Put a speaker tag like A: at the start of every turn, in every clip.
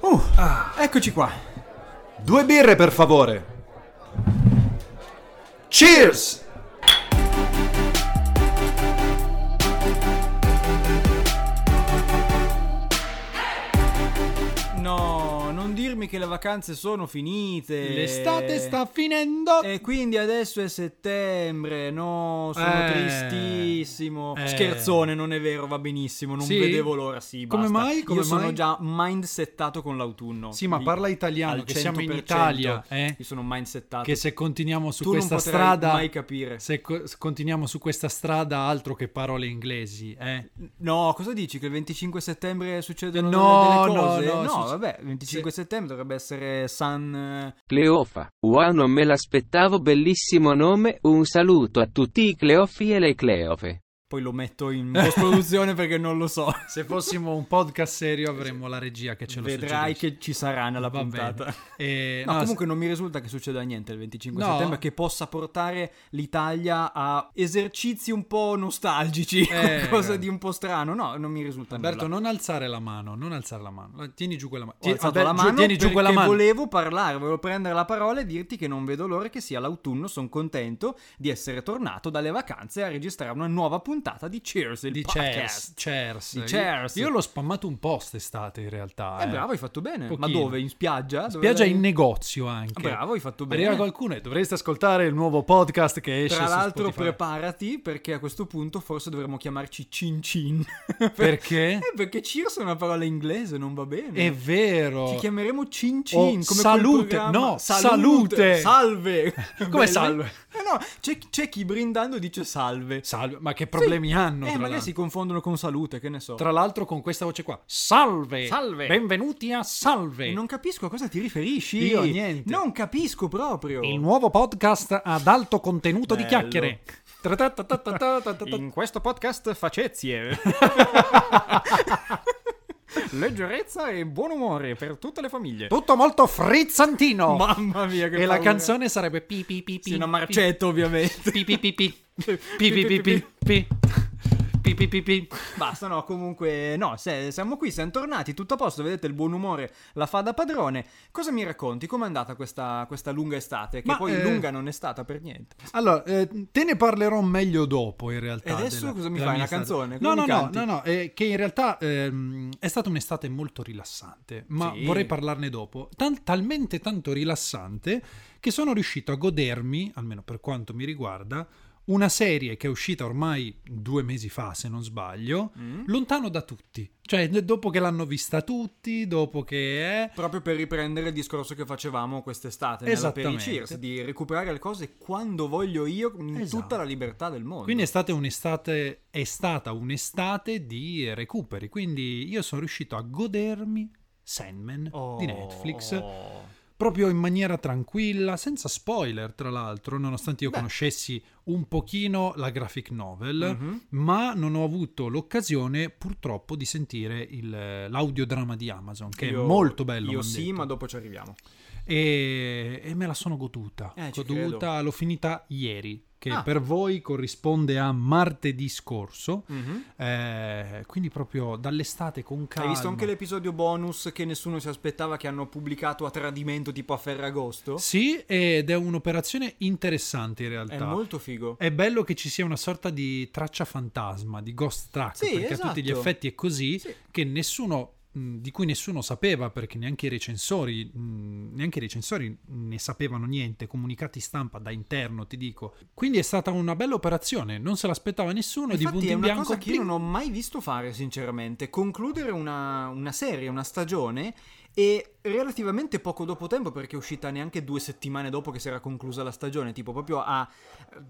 A: Uh, eccoci qua.
B: Due birre, per favore. Cheers!
A: No, non dirmi che le vacanze sono finite.
C: L'estate sta finendo.
A: E quindi adesso è settembre, no, sono
C: Eh.
A: tristissimo.
C: Eh.
A: Scherzone, non è vero, va benissimo, non
C: Sì?
A: vedevo l'ora, sì,
C: Come
A: basta.
C: mai? Come
A: Io sono
C: mai?
A: già mindsettato con l'autunno.
B: Sì, ma
A: Lì,
B: parla italiano,
A: al
B: che siamo in
A: 100%.
C: cioè, Italia, eh?
A: Io sono mindsettato.
C: Che se continuiamo su
A: tu
C: questa
A: non potrai
C: strada.
A: mai capire.
C: Se co- se continuiamo su questa strada, altro che parole inglesi, eh?
A: No, cosa dici? Che il 25 settembre succedono
C: No,
A: delle
C: no,
A: cose?
C: no, succe-
A: vabbè, il 25 settembre dovrebbe essere eh, San...
D: Cleofa. Wow, non me l'aspettavo, bellissimo nome. Un saluto a tutti i Cleofi e le Cleofe.
A: Poi lo metto in post-produzione perché non lo so.
C: Se fossimo un podcast serio, avremmo la regia che ce lo
A: Vedrai
C: suggerisce.
A: che ci sarà nella
C: Va
A: puntata.
C: bene. Eh,
A: No,
C: no,
A: comunque non mi risulta che succeda niente il 25
C: No.
A: settembre che possa portare l'Italia a esercizi un po' nostalgici,
C: Eh.
A: qualcosa di un po' strano. No, non mi risulta
C: Alberto,
A: nulla.
C: non alzare la mano, non alzare la mano. La- Tieni giù quella mano.
A: Ho
C: Ti-
A: alzato
C: Alberto,
A: la
C: giù-
A: mano
C: tieni giù quella
A: perché
C: mano.
A: volevo parlare, volevo prendere la parola e dirti che non vedo l'ora che sia l'autunno, sono contento di essere tornato dalle vacanze a registrare una nuova puntata di Cheers, il
C: Di
A: podcast.
C: Chers, Chers.
A: Di
C: Io-
A: Chers.
C: Io l'ho spammato un po' quest'estate in realtà.
A: Eh,
C: eh.
A: bravo, hai fatto bene. Ma
C: Pochino.
A: dove? In spiaggia? Dove
C: Spiaggia
A: vai?
C: in negozio anche.
A: Bravo, hai fatto bene.
C: Arriva qualcuno e dovreste ascoltare il nuovo podcast che esce
A: Tra
C: su
A: l'altro,
C: Spotify.
A: preparati perché a questo punto forse dovremmo chiamarci Cin Cin.
C: Perché?
A: Eh, perché Cheers è una parola inglese, non va bene.
C: È vero.
A: Ci chiameremo Cin Cin.
C: Oh,
A: come quel
C: salute,
A: programma.
C: no, salute.
A: Salve.
C: Come
A: Bella-
C: salve?
A: Eh no, c'è, c'è chi brindando dice salve.
C: Salve, ma che problemi
A: Sì.
C: hanno?
A: Eh,
C: tra
A: magari
C: l'altro?
A: si confondono con salute, che ne so.
C: Tra l'altro con questa voce qua. Salve!
A: Salve!
C: Benvenuti a
A: E
C: Salve!
A: non capisco a cosa ti riferisci.
C: Io niente.
A: Non capisco proprio.
C: Il nuovo podcast ad alto contenuto di
A: Bello.
C: chiacchiere. Tra-ta-ta-ta-ta-ta-ta-ta.
A: In questo podcast facezie. Leggerezza e buon umore per tutte le famiglie.
C: Tutto molto frizzantino.
A: Mamma mia, che
C: e la
A: paura.
C: canzone sarebbe pi pi pi pi.
A: Sì, una
C: pi,
A: marcetta, ovviamente.
C: Pi pi pi pi. Pi pi pi pi. Pi pi pi pi. pi.
A: Basta, no, comunque, no, se- siamo qui, siamo tornati, tutto a posto, vedete il buon umore la fa da padrone. Cosa mi racconti? Com'è andata questa, questa lunga estate? Che
C: Ma,
A: poi
C: eh,
A: lunga non è stata per niente.
C: Allora, eh, te ne parlerò meglio dopo in realtà.
A: E adesso cosa mi fai,
C: mia
A: una
C: estate.
A: canzone? Cosa
C: No, no,
A: mi
C: no,
A: canti?
C: no, no, eh, che in realtà ehm, è stata un'estate molto rilassante, ma
A: Sì.
C: vorrei parlarne dopo. Tal- talmente tanto rilassante che sono riuscito a godermi, almeno per quanto mi riguarda, una serie che è uscita ormai due mesi fa, se non sbaglio,
A: Mm?
C: lontano da tutti. Cioè, d- dopo che l'hanno vista tutti, dopo che è...
A: Proprio per riprendere il discorso che facevamo quest'estate nella
C: Esattamente.
A: Periceers, di recuperare le cose quando voglio io, in
C: Esatto.
A: tutta la libertà del mondo.
C: Quindi è stata un'estate, è stata un'estate di recuperi. Quindi io sono riuscito a godermi Sandman
A: Oh,
C: di Netflix
A: oh.
C: proprio in maniera tranquilla, senza spoiler tra l'altro, nonostante io
A: Beh.
C: conoscessi un pochino la graphic novel,
A: Mhm.
C: ma non ho avuto l'occasione purtroppo di sentire il- l'audiodrama di Amazon, che
A: Io-
C: è molto bello.
A: Io
C: m'han
A: sì,
C: detto.
A: ma dopo ci arriviamo.
C: E, e me la sono goduta.
A: Eh, ci
C: goduta, l'ho finita ieri, che
A: Ah.
C: per voi corrisponde a martedì scorso.
A: Mhm.
C: Eh, quindi proprio dall'estate con calma.
A: Hai visto anche l'episodio bonus che nessuno si aspettava che hanno pubblicato a tradimento tipo a Ferragosto?
C: Sì, ed è un'operazione interessante in realtà.
A: È molto figo.
C: È bello che ci sia una sorta di traccia fantasma, di ghost track,
A: Sì,
C: perché
A: esatto.
C: a tutti gli effetti è così,
A: Sì.
C: che nessuno mh, di cui nessuno sapeva perché neanche i recensori mh, neanche i recensori ne sapevano niente comunicati stampa da interno ti dico quindi è stata una bella operazione non se l'aspettava nessuno di
A: Infatti
C: punti
A: è
C: in
A: una
C: bianco
A: cosa che io
C: pling.
A: non ho mai visto fare, sinceramente. Concludere una, una serie, una stagione e relativamente poco dopo tempo, perché è uscita neanche due settimane dopo che si era conclusa la stagione, tipo proprio a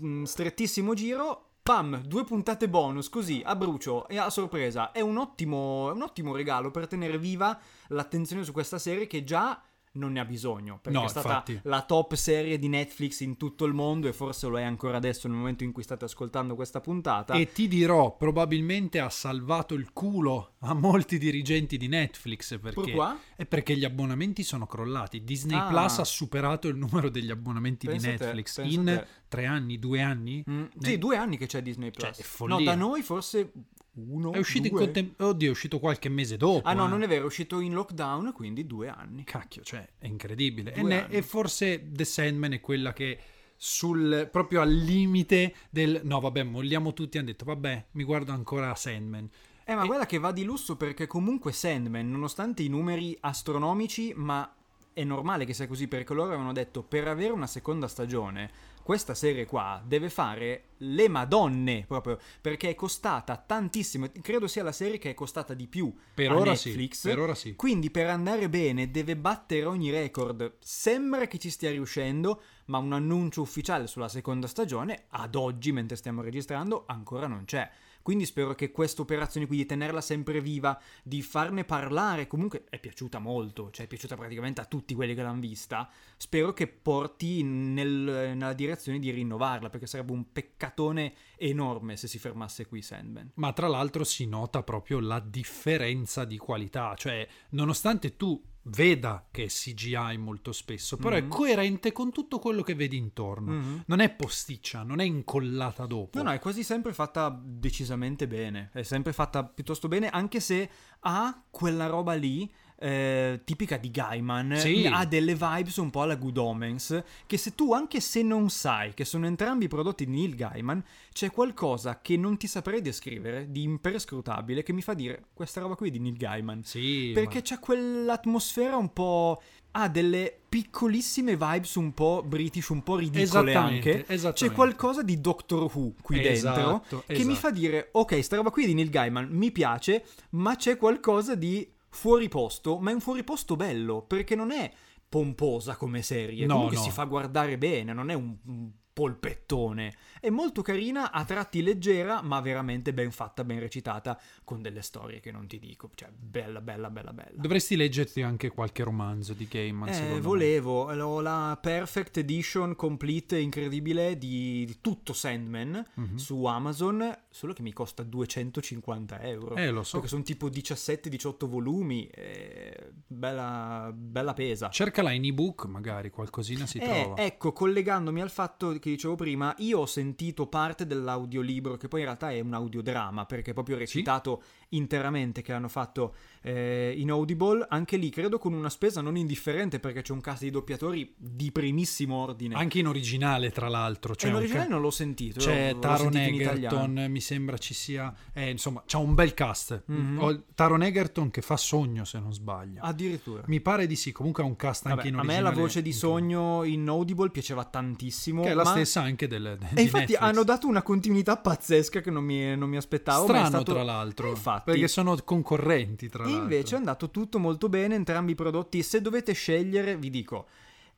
A: mm, strettissimo giro. Pam, due puntate bonus così a brucio e a sorpresa. È un ottimo, è un ottimo regalo per tenere viva l'attenzione su questa serie che già non ne ha bisogno. Perché
C: No,
A: è stata
C: infatti.
A: la top serie di Netflix in tutto il mondo e forse lo è ancora adesso nel momento in cui state ascoltando questa puntata.
C: E ti dirò, probabilmente ha salvato il culo a molti dirigenti di Netflix
A: Pur
C: perché,
A: qua?
C: è perché gli abbonamenti sono crollati. Disney
A: Ah.
C: Plus ha superato il numero degli abbonamenti
A: Pensa
C: di
A: a te,
C: Netflix
A: pensa a
C: in
A: te.
C: tre anni, due anni.
A: Mm,
C: Nel-
A: Sì, due anni che c'è Disney
C: Cioè,
A: Plus.
C: è follia.
A: no, da noi forse uno,
C: È uscito in
A: due.
C: contemporanea. Oddio, è uscito qualche mese dopo.
A: Ah no,
C: eh.
A: non è vero, è uscito in lockdown, quindi due anni.
C: Cacchio, cioè, è incredibile. E,
A: Due
C: ne-
A: anni.
C: e forse The Sandman è quella che sul proprio al limite del no, vabbè, molliamo tutti. Hanno detto, vabbè, mi guardo ancora Sandman.
A: Eh, ma
C: E-
A: guarda che va di lusso perché comunque Sandman, nonostante i numeri astronomici, ma è normale che sia così perché loro avevano detto per avere una seconda stagione, questa serie qua deve fare le madonne proprio perché è costata tantissimo, credo sia la serie che è costata di più
C: Per
A: a
C: ora
A: Netflix.
C: sì. Per ora sì.
A: Quindi per andare bene deve battere ogni record. Sembra che ci stia riuscendo, ma un annuncio ufficiale sulla seconda stagione ad oggi, mentre stiamo registrando, ancora non c'è. Quindi spero che questa operazione qui di tenerla sempre viva, di farne parlare, comunque è piaciuta molto, cioè è piaciuta praticamente a tutti quelli che l'hanno vista, spero che porti nel- nella direzione di rinnovarla, perché sarebbe un peccatone enorme se si fermasse qui Sandman.
C: Ma tra l'altro si nota proprio la differenza di qualità, cioè nonostante tu veda che è CGI molto spesso, però
A: Mhm.
C: è coerente con tutto quello che vedi intorno.
A: Mhm.
C: Non è posticcia, non è incollata dopo.
A: No, no, è quasi sempre fatta decisamente bene. È sempre fatta piuttosto bene, anche se ha quella roba lì. eh, tipica di Gaiman
C: Sì.
A: ha delle vibes un po' alla Good Omens che se tu anche se non sai che sono entrambi prodotti di Neil Gaiman c'è qualcosa che non ti saprei descrivere di imperscrutabile che mi fa dire questa roba qui è di Neil Gaiman
C: Sì,
A: perché
C: ma-
A: c'è quell'atmosfera un po'. ha delle piccolissime vibes un po' british, un po' ridicole
C: Esattamente,
A: anche. C'è
C: esattamente.
A: qualcosa di Doctor Who qui dentro
C: Esatto,
A: che mi
C: esatto.
A: fa dire: ok, sta roba qui è di Neil Gaiman, mi piace, ma c'è qualcosa di fuori posto, ma è un fuori posto bello, perché non è pomposa come serie,
C: No,
A: comunque
C: no.
A: si fa guardare bene, non è un- un polpettone. È molto carina, a tratti leggera, ma veramente ben fatta, ben recitata, con delle storie che non ti dico. Cioè, bella, bella, bella, bella.
C: dovresti leggerti anche qualche romanzo di Gaiman, secondo
A: Eh,
C: me.
A: volevo, ho la Perfect Edition complete incredibile di, di tutto Sandman
C: Mhm.
A: su Amazon, solo che mi costa 250 euro.
C: Eh, lo so.
A: Perché sono tipo 17-18 volumi, eh, bella, bella pesa.
C: Cercala in ebook, magari qualcosina si
A: Eh,
C: trova.
A: Ecco, collegandomi al fatto che dicevo prima, io ho sentito parte dell'audiolibro, che poi in realtà è un audiodrama, perché è proprio recitato interamente che hanno fatto eh, in Audible, anche lì credo con una spesa non indifferente, perché c'è un cast di doppiatori di primissimo ordine.
C: Anche in originale, tra l'altro.
A: e
C: Cioè
A: eh. in
C: un
A: originale
C: ca-
A: non l'ho sentito,
C: C'è
A: l'ho- l'ho
C: Taron
A: sentito in italiano.
C: Egerton, mi sembra ci sia, eh, insomma, c'ha un bel cast.
A: Mhm.
C: Ho- Taron Egerton che fa sogno se non sbaglio.
A: Addirittura.
C: Mi pare di sì, comunque ha un cast
A: Ah. Vabbè,
C: anche in
A: a
C: originale.
A: me la voce di
C: in-
A: sogno in Audible piaceva tantissimo.
C: che è la
A: ma-
C: stessa anche del di
A: E infatti
C: Netflix.
A: hanno dato una continuità pazzesca che non mi, non mi aspettavo. ma è
C: strano
A: stato-
C: tra l'altro,
A: Eh, infatti,
C: perché sono concorrenti tra
A: E
C: l'altro.
A: invece è andato tutto molto bene, entrambi i prodotti. Se dovete scegliere, vi dico,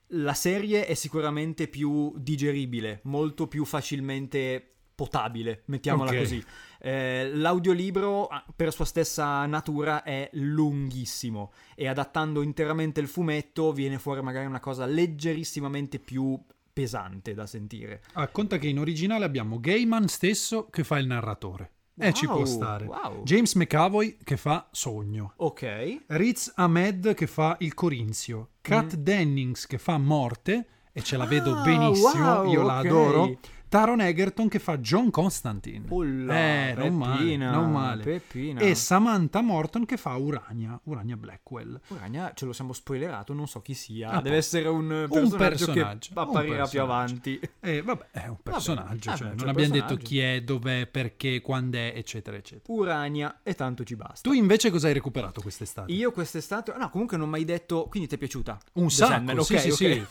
A: la serie è sicuramente più digeribile, molto più facilmente potabile, mettiamola
C: Ok.
A: così. Eh, l'audiolibro, ah, per sua stessa natura, è lunghissimo e adattando interamente il fumetto viene fuori magari una cosa leggerissimamente più pesante da sentire.
C: Ah, conta che in originale abbiamo Gaiman stesso che fa il narratore. E ci
A: Wow,
C: può stare.
A: wow.
C: James McAvoy che fa sogno.
A: Ok.
C: Riz Ahmed che fa il Corinzio, Kat Dennings che fa Morte e ce la vedo
A: Mm. Ah,
C: benissimo,
A: wow,
C: io la
A: ok.
C: adoro. Taron Egerton che fa John Constantine.
A: Ulla,
C: eh, non male,
A: Peppina,
C: non male.
A: Peppina.
C: E Samantha Morton che fa Urania, Urania Blackwell.
A: Urania ce lo siamo spoilerato, non so chi sia.
C: Ah,
A: Deve
C: boh.
A: essere un eh,
C: Un
A: personaggio,
C: personaggio,
A: che
C: un
A: apparirà più
C: personaggio.
A: avanti.
C: E vabbè, è un personaggio,
A: vabbè, eh,
C: cioè,
A: c'è
C: non
A: un
C: abbiamo detto
A: personaggio.
C: chi è, dov'è, perché, quando è, eccetera, eccetera.
A: Urania e tanto ci basta.
C: Tu invece cosa hai recuperato quest'estate?
A: Io quest'estate, no, comunque non mi hai detto, quindi ti è piaciuta?
C: Un
A: The Sandman,
C: sacco, sì,
A: ok,
C: sì,
A: ok.
C: sì,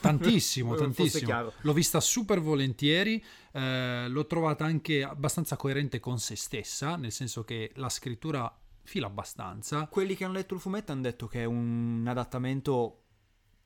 C: tantissimo,
A: Fosse
C: tantissimo.
A: chiaro.
C: L'ho vista super volentieri, eh, l'ho trovata anche abbastanza coerente con se stessa, nel senso che la scrittura fila abbastanza.
A: Quelli che hanno letto il fumetto hanno detto che è un adattamento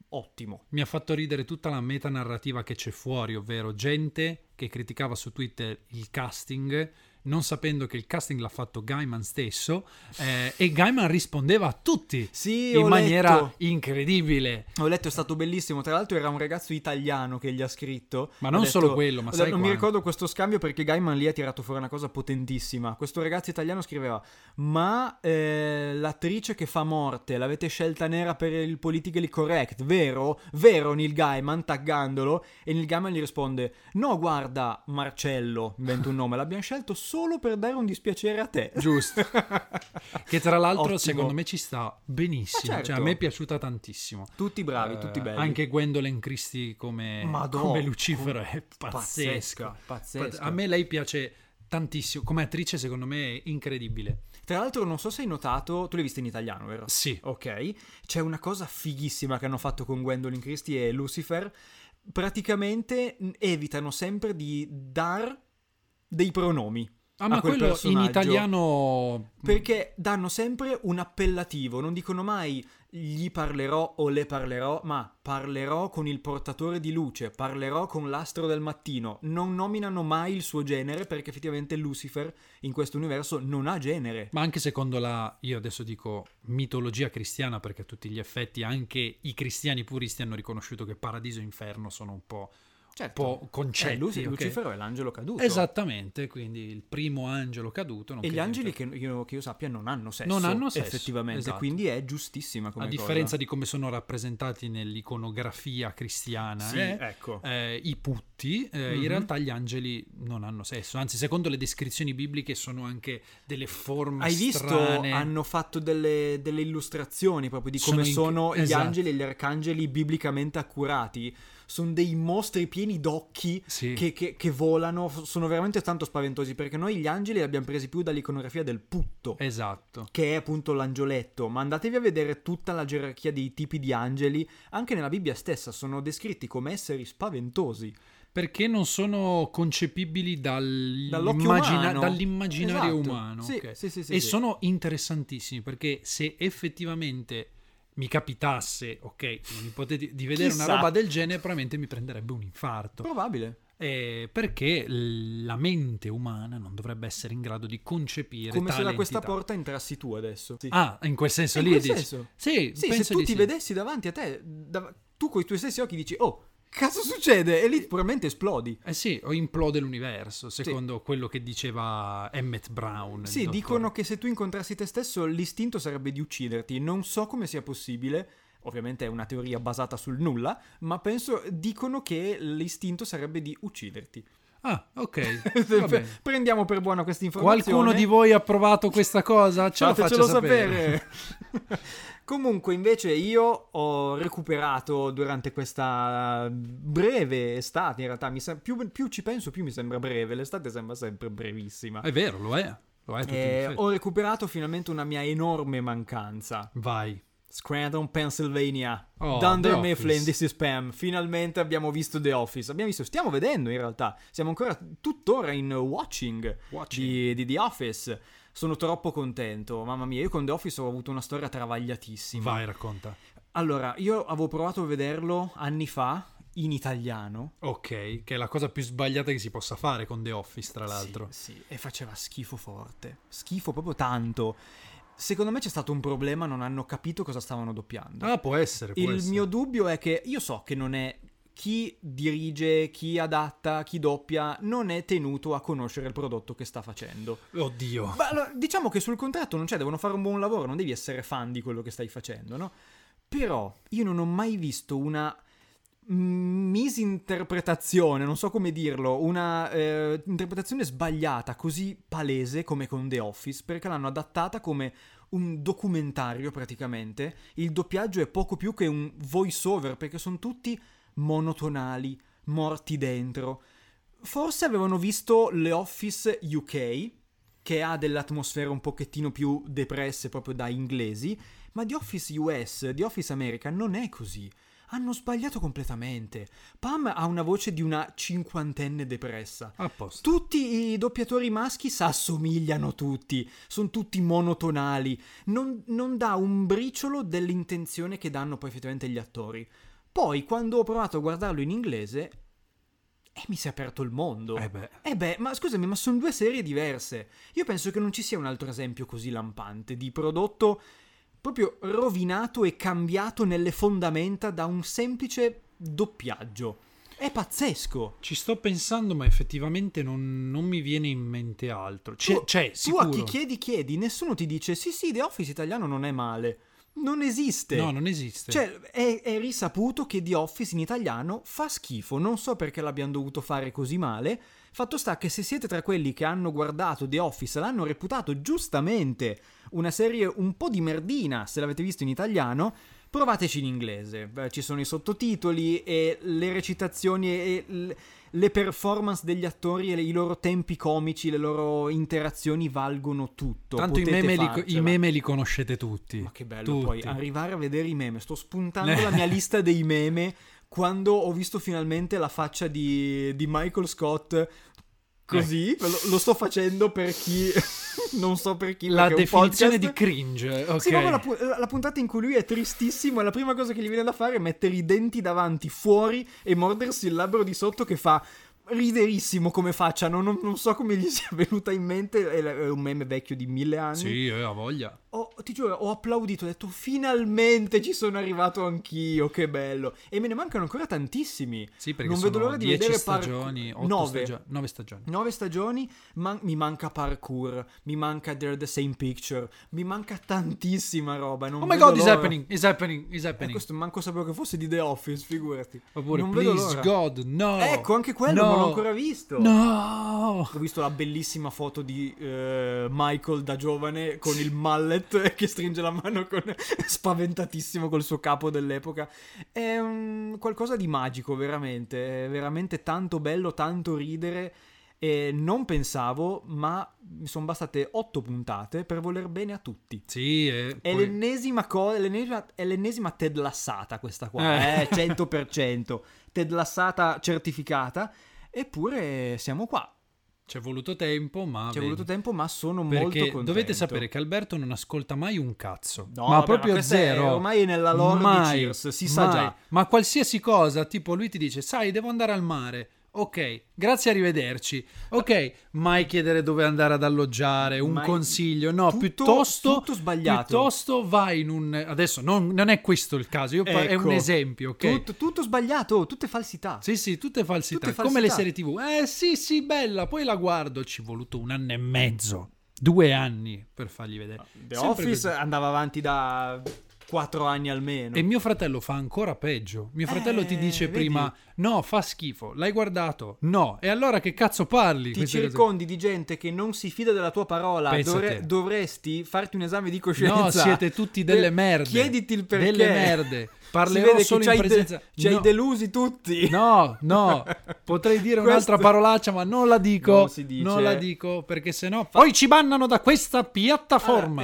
A: ottimo.
C: Mi ha fatto ridere tutta la metanarrativa che c'è fuori, ovvero gente che criticava su Twitter il casting, non sapendo che il casting l'ha fatto Gaiman stesso, eh, e Gaiman rispondeva a tutti
A: Sì,
C: in
A: ho
C: maniera
A: letto.
C: incredibile.
A: Ho letto, è stato bellissimo. Tra l'altro, era un ragazzo italiano che gli ha scritto.
C: Ma
A: Ho
C: non
A: detto-
C: solo quello, ma
A: ho
C: sai
A: detto- Non mi
C: quanti.
A: ricordo questo scambio perché Gaiman lì ha tirato fuori una cosa potentissima. Questo ragazzo italiano scriveva: Ma eh, l'attrice che fa morte l'avete scelta nera per il politically correct, vero? Vero, Neil Gaiman, taggandolo. E Neil Gaiman gli risponde: No, guarda, Marcello, invento un nome, l'abbiamo scelto solo per dare un dispiacere a te.
C: Giusto. Che tra l'altro
A: Ottimo.
C: secondo me ci sta benissimo.
A: Ma certo.
C: Cioè a me è piaciuta tantissimo.
A: Tutti bravi,
C: Eh,
A: tutti belli.
C: Anche Gwendolyn Christie come,
A: Madò,
C: come Lucifero
A: com-
C: è pazzesca.
A: pazzesca, pazzesca.
C: A me lei piace tantissimo. Come attrice secondo me è incredibile.
A: Tra l'altro, non so se hai notato, tu l'hai vista in italiano, vero?
C: Sì.
A: Ok, c'è una cosa fighissima che hanno fatto con Gwendolyn Christie e Lucifer. Praticamente mh, evitano sempre di dar dei pronomi.
C: Ah, ma
A: a quel
C: quello in
A: personaggio.
C: italiano...
A: Mm. Perché danno sempre un appellativo, non dicono mai gli parlerò o le parlerò, ma parlerò con il portatore di luce, parlerò con l'astro del mattino. Non nominano mai il suo genere perché effettivamente Lucifer in questo universo non ha genere.
C: Ma anche secondo la, io adesso dico mitologia cristiana, perché a tutti gli effetti anche i cristiani puristi hanno riconosciuto che paradiso e inferno sono un po',
A: Certo.
C: un po concetti.
A: Eh, Luci-
C: ok? Esatto.
A: Lucifero è l'angelo caduto.
C: Esattamente, quindi il primo angelo caduto.
A: E
C: nonché
A: gli angeli
C: l'infer-
A: che io, che io sappia non hanno sesso.
C: Non hanno sesso,
A: Effettivamente.
C: esatto.
A: Quindi è giustissima come
C: A differenza di come sono rappresentati nell'iconografia cristiana,
A: Sì,
C: eh,
A: ecco.
C: eh, i putti, eh, in
A: Mhm.
C: realtà gli angeli non hanno sesso, anzi secondo le descrizioni bibliche sono anche delle forme
A: Hai visto?
C: strane.
A: Hanno fatto delle, delle illustrazioni proprio di come
C: Sono in-
A: sono, gli
C: esatto.
A: angeli e gli arcangeli biblicamente accurati. Sono dei mostri pieni d'occhi
C: Sì.
A: che, che- che volano. F- Sono veramente tanto spaventosi perché noi gli angeli li abbiamo presi più dall'iconografia del putto.
C: Esatto.
A: Che è appunto l'angioletto, ma andatevi a vedere tutta la gerarchia dei tipi di angeli, anche nella Bibbia stessa sono descritti come esseri spaventosi.
C: Perché non sono concepibili dal-
A: Dall'occhio
C: immagina-
A: umano.
C: dall'immaginario
A: Esatto.
C: umano.
A: Sì,
C: ok?
A: sì, sì, sì,
C: e
A: sì.
C: sono interessantissimi perché se effettivamente mi capitasse, ok, un ipoteti- di vedere
A: Chissà.
C: una roba del genere, probabilmente mi prenderebbe un infarto.
A: Probabile.
C: Eh, perché l- la mente umana non dovrebbe essere in grado di concepire
A: Come se
C: tale
A: da questa
C: entità.
A: porta entrassi tu adesso. Sì.
C: Ah, in quel senso
A: In
C: lì
A: quel
C: dici-
A: senso.
C: Sì,
A: Sì, se
C: penso
A: tu
C: di
A: ti
C: sì.
A: vedessi davanti a te, dav- tu con i tuoi stessi occhi dici, oh, cazzo succede? E lì puramente esplodi.
C: Eh sì, o implode l'universo, secondo quello che diceva Emmett Brown. il
A: Sì,
C: dottore.
A: dicono che se tu incontrassi te stesso, l'istinto sarebbe di ucciderti. Non so come sia possibile. Ovviamente è una teoria basata sul nulla, ma penso dicono che l'istinto sarebbe di ucciderti.
C: Ah, ok. va bene.
A: Prendiamo per buona questa informazione.
C: Qualcuno di voi ha provato questa cosa? Ce la
A: Fatecelo
C: faccio sapere.
A: sapere. Comunque, invece, io ho recuperato durante questa breve estate. In realtà, mi sem- più, più ci penso, più mi sembra breve. L'estate sembra sempre brevissima.
C: È vero, lo è. Lo è. a tutti gli
A: Eh,
C: effetti.
A: ho recuperato finalmente una mia enorme mancanza.
C: Vai.
A: Scranton, Pennsylvania.
C: Oh, The
A: Dunder
C: Office.
A: Mifflin, This is Pam. Finalmente abbiamo visto The Office. Abbiamo visto, stiamo vedendo in realtà. Siamo ancora tuttora in watching, Di, di The Office. Sono troppo contento. Mamma mia, io con The Office ho avuto una storia travagliatissima.
C: Vai, racconta.
A: Allora, io avevo provato a vederlo anni fa in italiano.
C: Ok, che è la cosa più sbagliata che si possa fare con The Office, tra l'altro.
A: Sì, sì, e faceva schifo forte. Schifo proprio tanto. Secondo me c'è stato un problema, non hanno capito cosa stavano doppiando.
C: Ah, può essere. può
A: Il
C: essere.
A: mio dubbio è che io so che non è chi dirige, chi adatta, chi doppia, non è tenuto a conoscere il prodotto che sta facendo.
C: Oddio.
A: Ma allora, diciamo che sul contratto non c'è, devono fare un buon lavoro, non devi essere fan di quello che stai facendo, no? Però io non ho mai visto una misinterpretazione, non so come dirlo, una eh, interpretazione sbagliata così palese come con The Office, perché l'hanno adattata come un documentario praticamente. Il doppiaggio è poco più che un voiceover perché sono tutti monotonali, morti dentro. Forse avevano visto le Office UK, che ha dell'atmosfera un pochettino più depresse proprio da inglesi, ma The Office US, The Office America non è così. Hanno sbagliato completamente. Pam ha una voce di una cinquantenne depressa.
C: A posto.
A: Tutti i doppiatori maschi s'assomigliano tutti, sono tutti monotonali, non, non dà un briciolo dell'intenzione che danno poi effettivamente gli attori. Poi, quando ho provato a guardarlo in inglese, eh, mi si è aperto il mondo.
C: Eh beh.
A: Eh beh, ma scusami, ma sono due serie diverse. Io penso che non ci sia un altro esempio così lampante di prodotto proprio rovinato e cambiato nelle fondamenta da un semplice doppiaggio. È pazzesco.
C: Ci sto pensando, ma effettivamente non, non mi viene in mente altro. C'è,
A: tu,
C: c'è,
A: tu
C: sicuro.
A: a chi chiedi, chiedi, nessuno ti dice sì, sì, The Office italiano non è male. Non esiste.
C: No, non esiste.
A: Cioè, è, è risaputo che The Office in italiano fa schifo. Non so perché l'abbiano dovuto fare così male. Fatto sta che se siete tra quelli che hanno guardato The Office, l'hanno reputato giustamente una serie un po' di merdina, se l'avete visto in italiano, provateci in inglese. Eh, Ci sono i sottotitoli e le recitazioni e l- le performance degli attori e le- i loro tempi comici, le loro interazioni valgono tutto.
C: Tanto i
A: Potete
C: meme, li,
A: farcela.
C: i meme li conoscete tutti.
A: Ma che bello
C: Tutti.
A: poi arrivare a vedere i meme. Sto spuntando la mia lista dei meme quando ho visto finalmente la faccia di, di Michael Scott. Così
C: Eh.
A: lo, lo sto facendo per chi non so per chi
C: La
A: perché è un
C: definizione
A: podcast.
C: di cringe. ok.
A: Sì, proprio la, pu- la puntata in cui lui è tristissimo e la prima cosa che gli viene da fare è mettere i denti davanti, fuori e mordersi il labbro di sotto che fa riderissimo come faccia. Non, non- non so come gli sia venuta in mente, è è un meme vecchio di mille anni.
C: Sì, eh, ha voglia.
A: Ho- ti giuro, ho applaudito, ho detto finalmente ci sono arrivato anch'io, che bello. E me ne mancano ancora tantissimi.
C: Sì, perché
A: Non
C: sono
A: vedo l'ora di
C: 10
A: vedere Park-
C: stagioni, 8
A: Nove.
C: stagioni, 9 stagioni.
A: Nove stagioni, ma mi manca parkour, mi manca They're the Same Picture, mi manca tantissima roba. Non
C: Oh my
A: vedo
C: god, is
A: l'ora.
C: happening, is happening, is
A: Eh,
C: happening.
A: questo manco sapevo che fosse di The Office, figurati.
C: Oppure,
A: non vedo
C: please
A: l'ora.
C: God, no.
A: Ecco, anche quello
C: no,
A: non l'ho ancora visto.
C: No.
A: Ho visto la bellissima foto di eh, Michael da giovane con il mallet che stringe la mano con, spaventatissimo col suo capo dell'epoca. È un qualcosa di magico, veramente. È veramente tanto bello, tanto ridere. E non pensavo, ma mi sono bastate otto puntate per voler bene a tutti.
C: Sì, e
A: È
C: poi-
A: l'ennesima cosa, l'ennesima, è l'ennesima Ted Lassata questa qua,
C: Eh.
A: eh, 100%. Ted Lassata certificata, eppure siamo qua.
C: c'è voluto tempo, ma
A: Ci è
C: Ah, vedi.
A: voluto tempo, ma sono molto
C: perché
A: contento.
C: dovete sapere che Alberto non ascolta mai un cazzo,
A: No,
C: ma
A: vabbè,
C: proprio
A: ma questa è
C: zero.
A: ormai nella lore di
C: Mai,
A: Cheers, si sa
C: mai.
A: già.
C: Ma qualsiasi cosa, tipo lui ti dice, sai, devo andare al mare. Ok, grazie, arrivederci. Ok, mai chiedere dove andare ad alloggiare, un
A: Mai-
C: consiglio. No,
A: tutto-
C: piuttosto,
A: tutto sbagliato.
C: piuttosto vai in un... Adesso non, non è questo il caso, io par- è
A: Ecco.
C: un esempio, ok?
A: Tutto, tutto sbagliato, tutte falsità.
C: Sì, sì, tutte falsità,
A: Tutte
C: come le
A: falsità.
C: serie TV. Eh sì, sì, bella, poi la guardo, ci è voluto un anno e mezzo, due anni per fargli vedere.
A: Ah, The
C: Sempre
A: Office
C: così.
A: andava avanti da 4 anni almeno.
C: E mio fratello fa ancora peggio. Mio fratello ti
A: Eh,
C: dice
A: vedi?
C: prima: No, fa schifo, l'hai guardato? No, e allora che cazzo parli?
A: Ti
C: Queste cose-
A: circondi di gente che non si fida della tua parola.
C: Pensa
A: Dovre-
C: te.
A: dovresti farti un esame di
C: No,
A: coscienza.
C: siete tutti delle
A: Eh,
C: merde.
A: Chiediti il perché.
C: Delle merde. Parlerò
A: si vede
C: solo
A: che
C: in
A: ci hai de-
C: presenza.
A: Ci hai
C: No.
A: delusi tutti.
C: No, no, potrei dire
A: Questo-
C: un'altra parolaccia, ma non la dico.
A: Non si dice.
C: non la dico perché sennò poi ci bannano da questa piattaforma.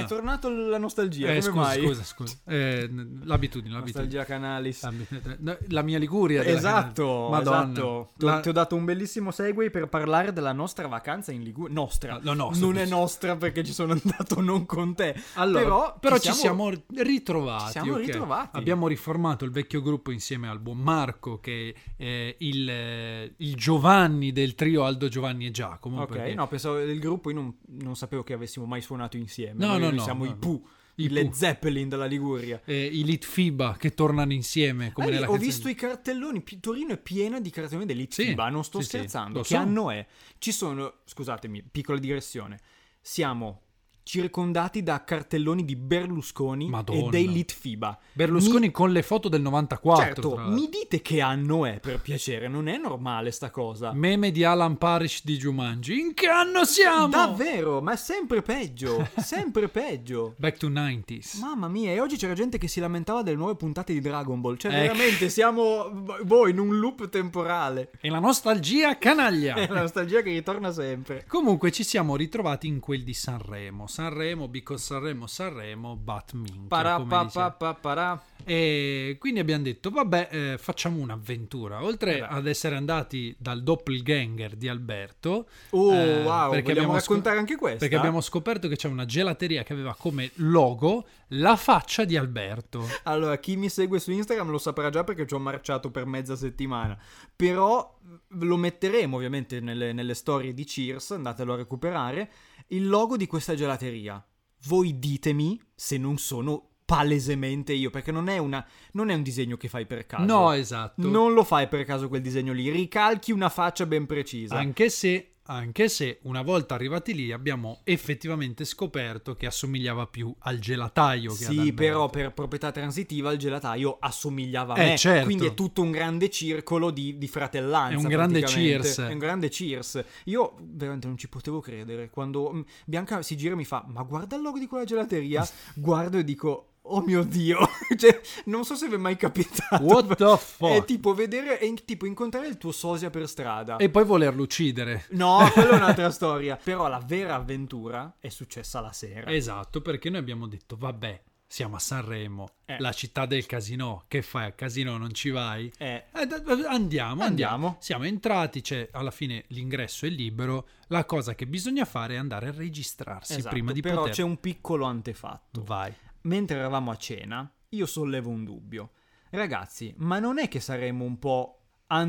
A: Allora, Ah, è tornato la nostalgia.
C: Eh,
A: come
C: scusa,
A: mai?
C: scusa, scusa, Eh, n- l'abitudine, l'abitudine.
A: Nostalgia Canalis.
C: La- La mia Liguria della
A: Esatto,
C: Canale. Madonna.
A: esatto. Ti-
C: La-
A: Ti ho dato un bellissimo segue per parlare della nostra vacanza in Liguria. Nostra.
C: Ah, la nostra,
A: non è
C: giusto.
A: nostra perché ci sono andato non con te.
C: Allora,
A: però,
C: però, ci, siamo, ritrovati.
A: ci siamo
C: ok?
A: ritrovati.
C: Abbiamo riformato il vecchio gruppo insieme al buon Marco, che è il, eh, il Giovanni del trio Aldo, Giovanni e Giacomo.
A: Ok,
C: perché
A: no, pensavo del gruppo, io non, non sapevo che avessimo mai suonato insieme.
C: No,
A: Noi
C: no, no,
A: Siamo
C: no,
A: i
C: no.
A: Pooh,
C: I
A: i Led
C: Pooh.
A: Zeppelin della Liguria.
C: eh, I Litfiba che tornano insieme. Come
A: Ah, lì
C: nella
A: ho
C: canzone.
A: visto i cartelloni, Pi- Torino è piena di cartelloni
C: Sì,
A: dell'Itfiba, non sto
C: sì, sì,
A: scherzando.
C: lo
A: che
C: so.
A: anno è? Ci sono, scusatemi, piccola digressione, siamo circondati da cartelloni di Berlusconi
C: Madonna.
A: e dei Litfiba.
C: Berlusconi
A: Mi-
C: con le foto del 94.
A: certo,
C: tra l'altro.
A: mi dite che anno è per piacere, non è normale sta cosa.
C: Meme di Alan Parrish di Jumanji. In che anno siamo?
A: Davvero, ma è sempre peggio, sempre peggio.
C: Back to 90s.
A: Mamma mia, e oggi c'era gente che si lamentava delle nuove puntate di Dragon Ball. Cioè,
C: Eh.
A: veramente siamo voi in un loop temporale.
C: E la nostalgia canaglia.
A: È la nostalgia che ritorna sempre.
C: Comunque ci siamo ritrovati in quel di Sanremo. Sanremo, Because Sanremo, Sanremo, Batmin.
A: Para, pa, pa, pa, para.
C: E quindi abbiamo detto, vabbè, eh, facciamo un'avventura. Oltre
A: Eh beh.
C: ad essere andati dal doppelganger di Alberto,
A: Oh,
C: eh,
A: wow, vogliamo
C: scop-
A: raccontare anche questa?
C: Perché abbiamo scoperto che c'è una gelateria che aveva come logo la faccia di Alberto.
A: Allora, chi mi segue su Instagram lo saprà già perché ci ho marciato per mezza settimana. Però lo metteremo ovviamente nelle, nelle storie di Cheers, andatelo a recuperare, il logo di questa gelateria. Voi ditemi se non sono palesemente io, perché non è, una, non è un disegno che fai per caso.
C: No, esatto.
A: Non lo fai per caso quel disegno lì, ricalchi una faccia ben precisa.
C: Anche se anche se una volta arrivati lì abbiamo effettivamente scoperto che assomigliava più al gelataio che ad
A: Sì,
C: Alberto.
A: però per proprietà transitiva il gelataio assomigliava a
C: Eh,
A: me.
C: certo.
A: Quindi è tutto un grande circolo di, di fratellanza.
C: È un grande
A: praticamente.
C: cheers.
A: È un grande cheers. Io veramente non ci potevo credere. Quando mm, Bianca si gira e mi fa: Ma guarda il logo di quella gelateria. Guardo e dico. Oh mio dio, cioè, non so se vi è mai capitato.
C: What the fuck?
A: È tipo vedere, è tipo incontrare il tuo sosia per strada.
C: E poi volerlo uccidere.
A: No, quella è un'altra storia. Però la vera avventura è successa la sera.
C: Esatto, perché noi abbiamo detto, vabbè, siamo a Sanremo,
A: Eh.
C: la città del casino, che fai al casino, non ci vai?
A: Eh,
C: Eh, d- d- Andiamo, andiamo.
A: Andiamo.
C: Siamo entrati, c'è alla fine l'ingresso è libero. La cosa che bisogna fare è andare a registrarsi
A: esatto,
C: prima di
A: però
C: poter
A: c'è un piccolo antefatto.
C: Vai.
A: mentre eravamo a cena, io sollevo un dubbio. Ragazzi, ma non è che saremmo un po'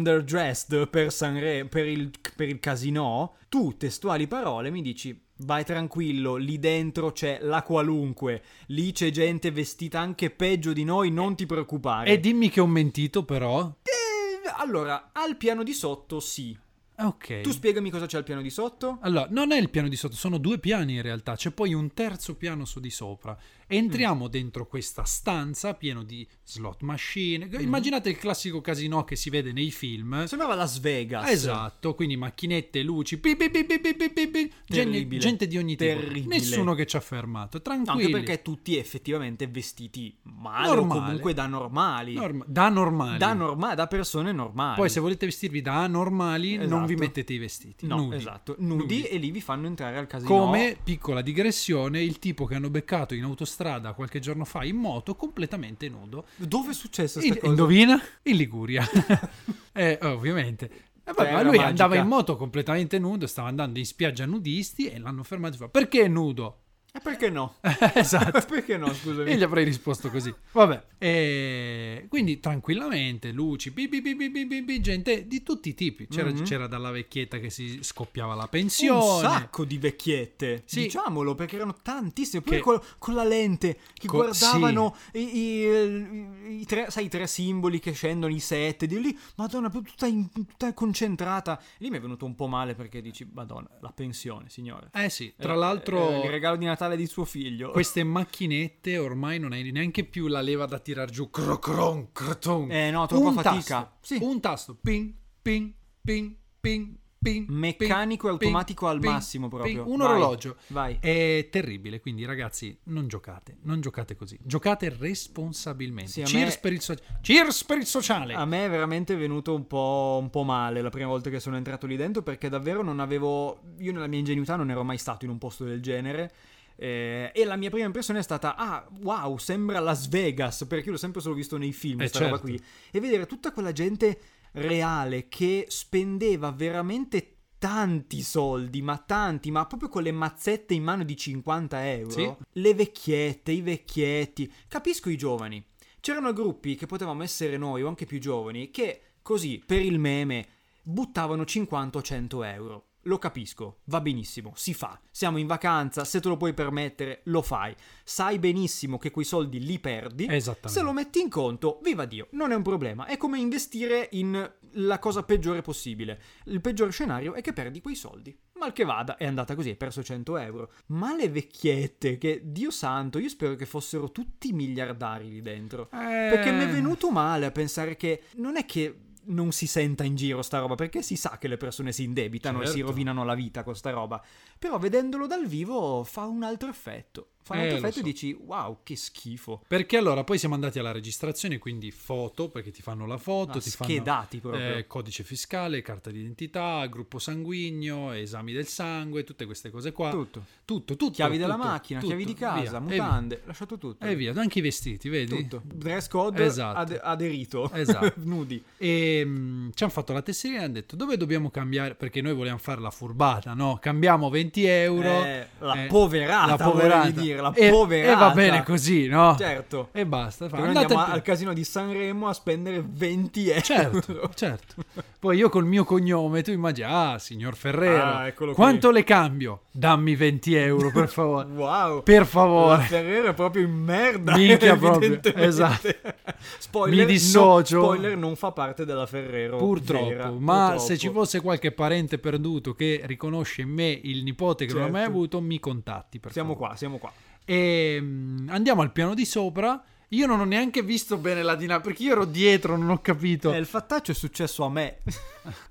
A: underdressed per Sanremo, per il, per il casino? Tu, testuali parole, mi dici, vai tranquillo, lì dentro c'è la qualunque, lì c'è gente vestita anche peggio di noi, non ti preoccupare.
C: Eh, E dimmi che ho mentito però.
A: Eh, allora, al piano di sotto sì.
C: Ok.
A: Tu spiegami cosa c'è al piano di sotto?
C: Allora, non è il piano di sotto, sono due piani in realtà, c'è poi un terzo piano su di sopra.
A: Mm.
C: Entriamo dentro questa stanza pieno di slot machine.
A: Mm.
C: Immaginate il classico casino che si vede nei film.
A: Sembrava Las Vegas.
C: Esatto, quindi macchinette, luci, pi, pi, pi, pi, pi, pi, pi, pi, gen- gente,
A: Terribile.
C: di ogni tipo.
A: Terribile.
C: Nessuno che ci ha fermato, tranquilli.
A: Anche perché tutti effettivamente vestiti male
C: Normale.
A: o comunque da normali.
C: Norma- da normali.
A: Da, norma- da persone normali.
C: Poi se volete vestirvi da anormali non
A: Esatto.
C: vi mettete i vestiti.
A: No,
C: nudi.
A: esatto. Nudi, e lì vi fanno entrare al casino.
C: Come piccola digressione, il tipo che hanno beccato in autostrada qualche giorno fa in moto completamente nudo.
A: Dove è successo
C: In-
A: questa cosa?
C: indovina? In Liguria. eh, ovviamente. Eh, vabbè, ma
A: Terra
C: lui
A: Cioè, magica.
C: andava in moto completamente nudo, stava andando in spiaggia nudisti e l'hanno fermato e fa "Perché è nudo?"
A: E perché no?
C: esatto.
A: Perché no, scusami?
C: E gli avrei risposto così. Vabbè. E quindi tranquillamente, luci, bi, bi, bi, bi, bi, bi, bi, gente di tutti i tipi. C'era,
A: Mhm.
C: c'era dalla vecchietta che si scoppiava la
A: Un
C: pensione.
A: sacco di vecchiette,
C: Sì.
A: diciamolo, perché erano tantissime. Poi
C: Che-
A: col- con, la lente che
C: Co-
A: guardavano i, i- i tre, sai, i tre simboli che scendono, i sette, di lì, Madonna, proprio tutta, in- tutta concentrata. Lì mi è venuto un po' male perché dici, Madonna, la pensione, signore.
C: Eh sì, tra
A: Era-
C: l'altro...
A: era eh, il regalo di Natale di suo figlio.
C: Queste macchinette ormai non hai neanche più la leva da tirar giù. Crocron, croton.
A: Eh, no, troppa
C: un
A: fatica.
C: Tasto,
A: Sì.
C: Un tasto. Ping, ping, ping, ping, ping.
A: Meccanico
C: ping,
A: e automatico al massimo proprio.
C: Un
A: Vai,
C: orologio.
A: vai.
C: È terribile, quindi ragazzi, non giocate, non giocate così. Giocate responsabilmente.
A: Sì, a
C: Cheers,
A: me-
C: per il so- Cheers per il sociale.
A: A me è veramente venuto un po', un po' male la prima volta che sono entrato lì dentro perché davvero non avevo. Io nella mia ingenuità non ero mai stato in un posto del genere. eh, e la mia prima impressione è stata: ah, wow, sembra Las Vegas. Perché io l'ho sempre solo visto nei film,
C: Eh,
A: questa roba
C: certo.
A: qui. E vedere tutta quella gente reale che spendeva veramente tanti soldi, ma tanti, ma proprio con le mazzette in mano di 50 euro.
C: Sì.
A: Le vecchiette, i vecchietti. Capisco i giovani. C'erano gruppi che potevamo essere noi o anche più giovani che così per il meme buttavano 50 o 100 euro. Lo capisco, va benissimo, si fa. Siamo in vacanza, se te lo puoi permettere, lo fai. Sai benissimo che quei soldi li perdi.
C: Esattamente.
A: Se lo metti in conto, viva Dio, non è un problema. È come investire in la cosa peggiore possibile. Il peggior scenario è che perdi quei soldi. Mal che vada, è andata così, hai perso 100 euro. Ma le vecchiette, che Dio santo, io spero che fossero tutti miliardari lì dentro.
C: Eh.
A: Perché mi è venuto male a pensare che non è che non si senta in giro sta roba, perché si sa che le persone si indebitano e si
C: Certo.
A: rovinano la vita con sta roba. Però vedendolo dal vivo fa un altro effetto. Fa un
C: Eh,
A: altro
C: lo
A: effetto
C: so.
A: e dici wow, che schifo.
C: Perché allora poi siamo andati alla registrazione, quindi foto, perché ti fanno la foto,
A: Ma
C: ti fanno
A: schedati proprio.
C: eh, codice fiscale, carta d'identità, gruppo sanguigno, esami del sangue, tutte queste cose qua.
A: tutto.
C: tutto, tutto,
A: Chiavi della
C: tutto,
A: macchina,
C: tutto,
A: chiavi di casa,
C: via, e
A: mutande, lasciato tutto.
C: via, E via, anche i vestiti, vedi?
A: Tutto. Dress code
C: Esatto.
A: ade- aderito.
C: Esatto.
A: Nudi.
C: E mm, ci hanno fatto la tesserina e hanno detto dove dobbiamo cambiare, perché noi volevamo fare la furbata, no? Cambiamo 20 euro.
A: Eh, la
C: Eh,
A: poverata,
C: la
A: la
C: poverata.
A: dire. finirla,
C: E,
A: poverata.
C: e va bene così, no?
A: Certo.
C: E basta. fa,
A: Perché noi
C: andate
A: andiamo a-
C: a-
A: al casino di Sanremo a spendere 20 euro.
C: Certo, certo. Poi io col mio cognome, tu immagini, ah, signor Ferrero,
A: Ah, eccolo qui.
C: quanto le cambio? Dammi 20 euro, per favore.
A: Wow.
C: Per favore.
A: La Ferrero è proprio in merda.
C: Minchia proprio,
A: evidentemente.
C: esatto.
A: Spoiler,
C: Mi
A: no-
C: dissocio.
A: spoiler non fa parte della Ferrero.
C: Purtroppo,
A: vera,
C: ma
A: purtroppo.
C: se ci fosse qualche parente perduto che riconosce in me il nipote che non ho mai
A: Certo.
C: avuto, mi contatti. Per
A: Siamo
C: favore.
A: qua, siamo qua.
C: E, mm, andiamo al piano di sopra. Io non ho neanche visto bene la dinamica perché io ero dietro, non ho capito.
A: Eh, il fattaccio è successo a me.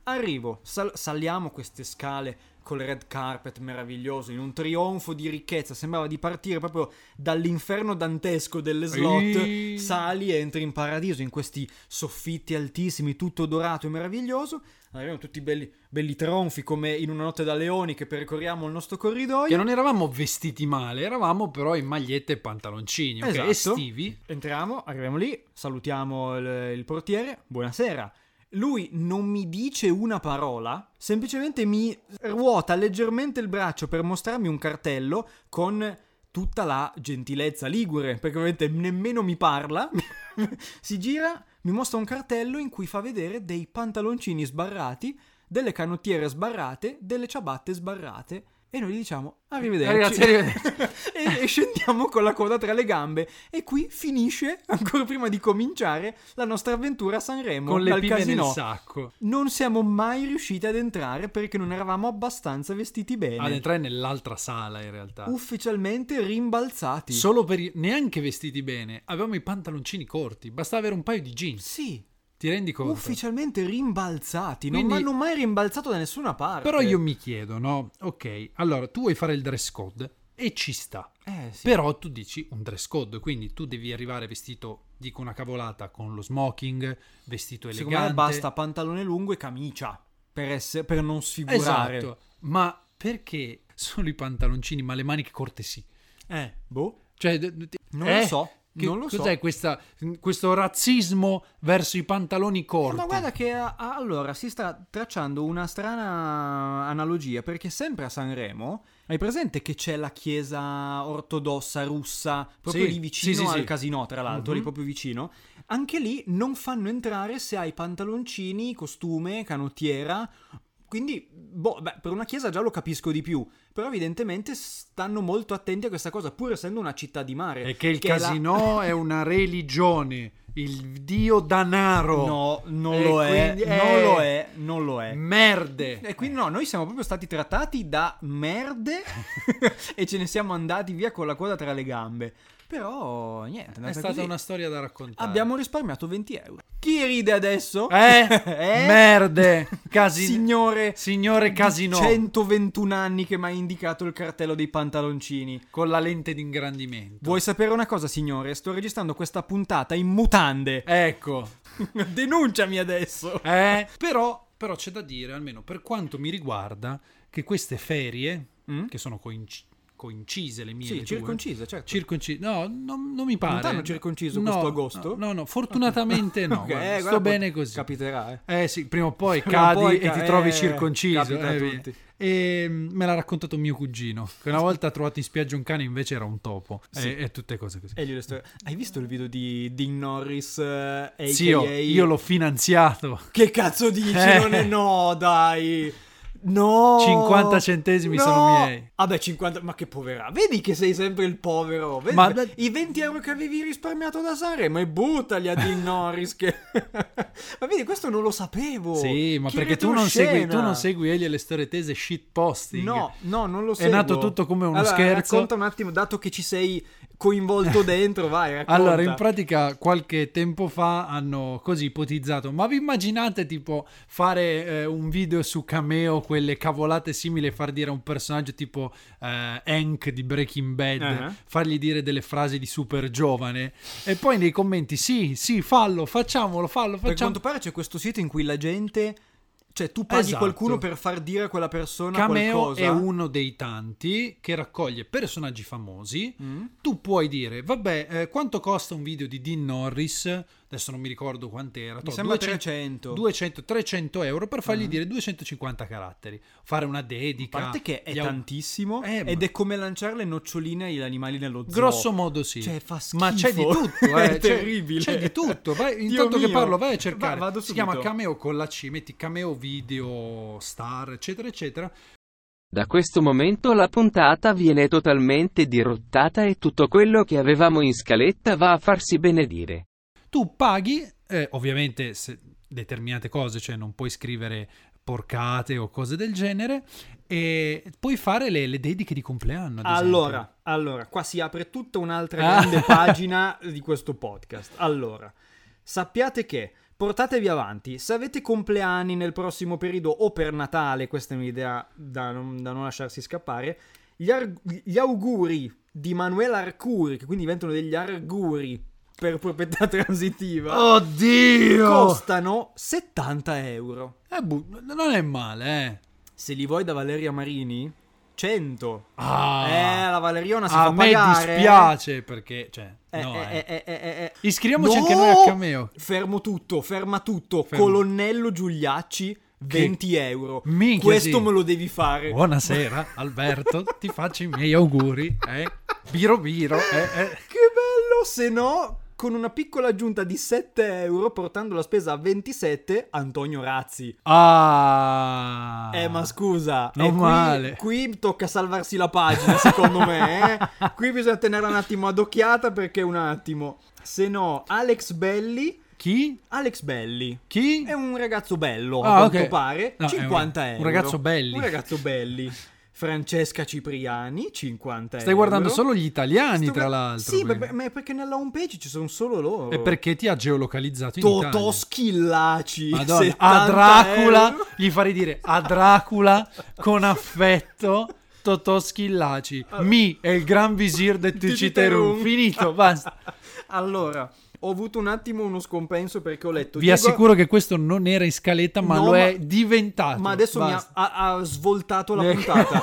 A: Arrivo, sal- saliamo queste scale col red carpet meraviglioso, in un trionfo di ricchezza. Sembrava di partire proprio dall'inferno dantesco delle slot.
C: Ehi.
A: Sali e entri in paradiso, in questi soffitti altissimi, tutto dorato e meraviglioso. Arriviamo tutti belli, belli tronfi come in una notte da leoni che percorriamo il nostro corridoio.
C: Che non eravamo vestiti male, eravamo però in magliette e pantaloncini, ok?
A: Esatto.
C: Estivi.
A: Entriamo, arriviamo lì, salutiamo il, il portiere, buonasera. Lui non mi dice una parola, semplicemente mi ruota leggermente il braccio per mostrarmi un cartello con tutta la gentilezza ligure, perché ovviamente nemmeno mi parla. si gira, mi mostra un cartello in cui fa vedere dei pantaloncini sbarrati, delle canottiere sbarrate, delle ciabatte sbarrate. E noi gli diciamo arrivederci.
C: Ragazzi, arrivederci.
A: e, e scendiamo con la coda tra le gambe. E qui finisce, ancora prima di cominciare, la nostra avventura a Sanremo
C: Con le
A: dal
C: pive nel
A: casino.
C: sacco.
A: Non siamo mai riusciti ad entrare perché non eravamo abbastanza vestiti bene.
C: Ad entrare nell'altra sala in realtà.
A: Ufficialmente rimbalzati.
C: Solo per i- neanche vestiti bene, avevamo i pantaloncini corti, bastava avere un paio di jeans.
A: sì,
C: Ti rendi conto?
A: ufficialmente rimbalzati. non
C: Quindi-
A: mi hanno mai rimbalzato da nessuna parte.
C: Però io mi chiedo, no? Ok, allora tu vuoi fare il dress code e ci sta.
A: Eh, sì.
C: Però tu dici un dress code, quindi tu devi arrivare vestito, dico una cavolata, con lo smoking, vestito
A: Secondo
C: elegante.
A: me basta pantalone lungo e camicia per, esse- per non sfigurare.
C: Esatto. Ma perché solo i pantaloncini, ma le maniche corte sì?
A: Eh, boh.
C: Cioè, d- d-
A: Non
C: eh?
A: lo so,
C: Che-
A: non lo so.
C: Cos'è questa- questo razzismo verso i pantaloni corti?
A: Ma guarda che ah, ah, allora si sta tracciando una strana analogia perché sempre a Sanremo hai presente che c'è la chiesa ortodossa russa proprio
C: Sì,
A: lì vicino
C: sì, sì,
A: al
C: sì.
A: casino tra l'altro,
C: Mhm.
A: lì proprio vicino. Anche lì non fanno entrare se hai pantaloncini, costume, canottiera. Quindi, boh, beh, per una chiesa già lo capisco di più, però evidentemente stanno molto attenti a questa cosa, pur essendo una città di mare.
C: È che il
A: la-
C: casino è una religione, il dio danaro.
A: No, non
C: E
A: lo è,
C: quindi-
A: non
C: eh,
A: lo è, non lo è.
C: Merde.
A: E quindi no, noi siamo proprio stati trattati da merde e ce ne siamo andati via con la coda tra le gambe. Però niente,
C: È stata una storia da raccontare.
A: Abbiamo risparmiato 20 euro. Chi ride adesso?
C: Eh? Merde. Casi-
A: Signore,
C: Signore
A: di
C: Casino.
A: 121 anni che mi ha indicato il cartello dei pantaloncini.
C: Con la lente d'ingrandimento.
A: Vuoi sapere una cosa, signore? Sto registrando questa puntata in mutande.
C: Ecco.
A: Denunciami adesso.
C: Eh? Però, però c'è da dire, almeno per quanto mi riguarda, che queste ferie,
A: Mm?
C: che sono coinc- coincise le mie...
A: Sì,
C: le tue-
A: circoncisa, certo.
C: Circonci- no, non, non mi pare.
A: Non t'hanno circonciso questo agosto?
C: No, no, no, fortunatamente no.
A: Ok,
C: guarda,
A: eh,
C: sto
A: guarda,
C: bene così.
A: Capiterà, eh.
C: Eh sì, prima o poi
A: Prima o
C: cadi
A: poi
C: e
A: ca-
C: ti trovi
A: eh,
C: circonciso.
A: capita a
C: eh, via.
A: tutti.
C: E mm, me l'ha raccontato mio cugino, che una volta ha trovato in spiaggia un cane, invece era un topo. E, e tutte cose così.
A: E glielo sto- Hai visto il video di Dean Norris? eh, aka...
C: Zio, io l'ho finanziato.
A: Che cazzo dici?
C: Eh.
A: Non è no, dai. No.
C: 50 centesimi
A: No.
C: sono miei.
A: Vabbè, 50. Ma che povera. Vedi che sei sempre il povero. Vedi
C: Ma-
A: che- I 20 euro che avevi risparmiato da Sanremo e buttali a Dean Norris. Che... ma vedi, questo non lo sapevo.
C: Sì, ma
A: Che
C: perché tu non, segui, tu
A: retroscena.
C: non segui Elio e le storie tese shitposting.
A: No, no, non lo
C: È
A: seguo.
C: nato tutto come uno
A: Allora,
C: scherzo.
A: Racconta un attimo, dato che ci sei coinvolto dentro, vai, racconta.
C: Allora, in pratica, qualche tempo fa hanno così ipotizzato: ma vi immaginate tipo fare eh, un video su Cameo, quelle cavolate simili, e far dire a un personaggio tipo eh, Hank di Breaking Bad,
A: Ah.
C: fargli dire delle frasi di super giovane, e poi nei commenti: sì, sì, fallo, facciamolo, fallo,
A: Per
C: facciamo.
A: quanto pare c'è questo sito in cui la gente... Cioè, tu paghi
C: Esatto.
A: qualcuno per far dire a quella persona
C: Cameo
A: qualcosa.
C: è uno dei tanti che raccoglie personaggi famosi.
A: Mm?
C: Tu puoi dire, vabbè, eh, quanto costa un video di Dean Norris? adesso non mi ricordo quant'era,
A: Mi
C: to-
A: sembra 300.
C: 200, 300 euro per fargli
A: Mhm.
C: dire 250 caratteri, fare una dedica.
A: A parte che è
C: gli au-
A: tantissimo
C: Eh, ma-
A: ed è come lanciare le noccioline agli animali nello zoo.
C: Grosso modo sì.
A: Cioè, fa schifo.
C: Ma c'è di tutto, eh,
A: è
C: c'è-
A: terribile.
C: C'è di tutto. Vai,
A: Dio
C: intanto che
A: mio.
C: parlo, vai a cercare.
A: Va- vado
C: si chiama
A: subito.
C: Cameo con la C, metti Cameo Video, Star, eccetera, eccetera.
D: Da questo momento la puntata viene totalmente dirottata e tutto quello che avevamo in scaletta va a farsi benedire.
C: Tu paghi, eh, ovviamente, se determinate cose, cioè non puoi scrivere porcate o cose del genere, e puoi fare le, le dediche di compleanno. ad esempio.
A: Allora, allora, qua si apre tutta un'altra
C: Ah.
A: grande pagina di questo podcast. Allora, sappiate che portatevi avanti, se avete compleanni nel prossimo periodo o per Natale, questa è un'idea da non, da non lasciarsi scappare, gli, ar- gli auguri di Manuela Arcuri, che quindi diventano degli auguri per proprietà transitiva,
C: Oh. Oddio!
A: costano 70 euro.
C: Eh, bu- non è male, eh.
A: Se li vuoi da Valeria Marini, 100.
C: Ah,
A: Eh, la Valeriona si
C: a
A: fa
C: me
A: pagare.
C: dispiace perché, cioè,
A: Eh,
C: no, eh.
A: eh, eh, eh, eh, eh.
C: Iscriviamoci
A: No!
C: anche noi a Cameo.
A: Fermo tutto, ferma tutto.
C: Fermo.
A: Colonnello Giuliacci, 20 euro.
C: Minchia,
A: Questo
C: sì.
A: me lo devi fare.
C: Buonasera, Alberto, ti faccio i miei auguri, eh. Biro biro, eh, eh.
A: Che bello! Se no, con una piccola aggiunta di 7 euro, portando la spesa a 27, Antonio Razzi.
C: Ah!
A: Eh, ma scusa,
C: Non
A: eh, qui-
C: male.
A: Qui, tocca salvarsi la pagina, secondo me. eh. Qui bisogna tenerla un attimo adocchiata perché un attimo. Se no, Alex Belli.
C: Chi?
A: Alex Belli.
C: Chi?
A: È un ragazzo bello,
C: Ah,
A: a quanto
C: ok.
A: pare,
C: No, è un-
A: 50 euro.
C: un ragazzo belli.
A: Un ragazzo belli. Francesca Cipriani, 50 euro.
C: Stai guardando solo gli italiani,
A: Sto
C: tra
A: guard-
C: l'altro.
A: Sì, boh. ma,
C: quindi.
A: ma è perché nella home page ci sono solo loro.
C: E perché ti ha geolocalizzato in
A: Totò
C: Italia?
A: Schillaci.
C: Madonna,
A: 70
C: a Dracula
A: euro.
C: gli farei dire a Dracula con affetto Totò Schillaci, mi è il gran visir del Ticiterun. Finito, basta.
A: allora, ho avuto un attimo uno scompenso perché ho letto...
C: Vi
A: Diego-
C: assicuro che questo non era in scaletta, ma
A: No,
C: lo
A: ma-
C: è diventato.
A: Ma adesso mi ha,
C: Basta.
A: ha- ha svoltato la
C: Eh.
A: puntata.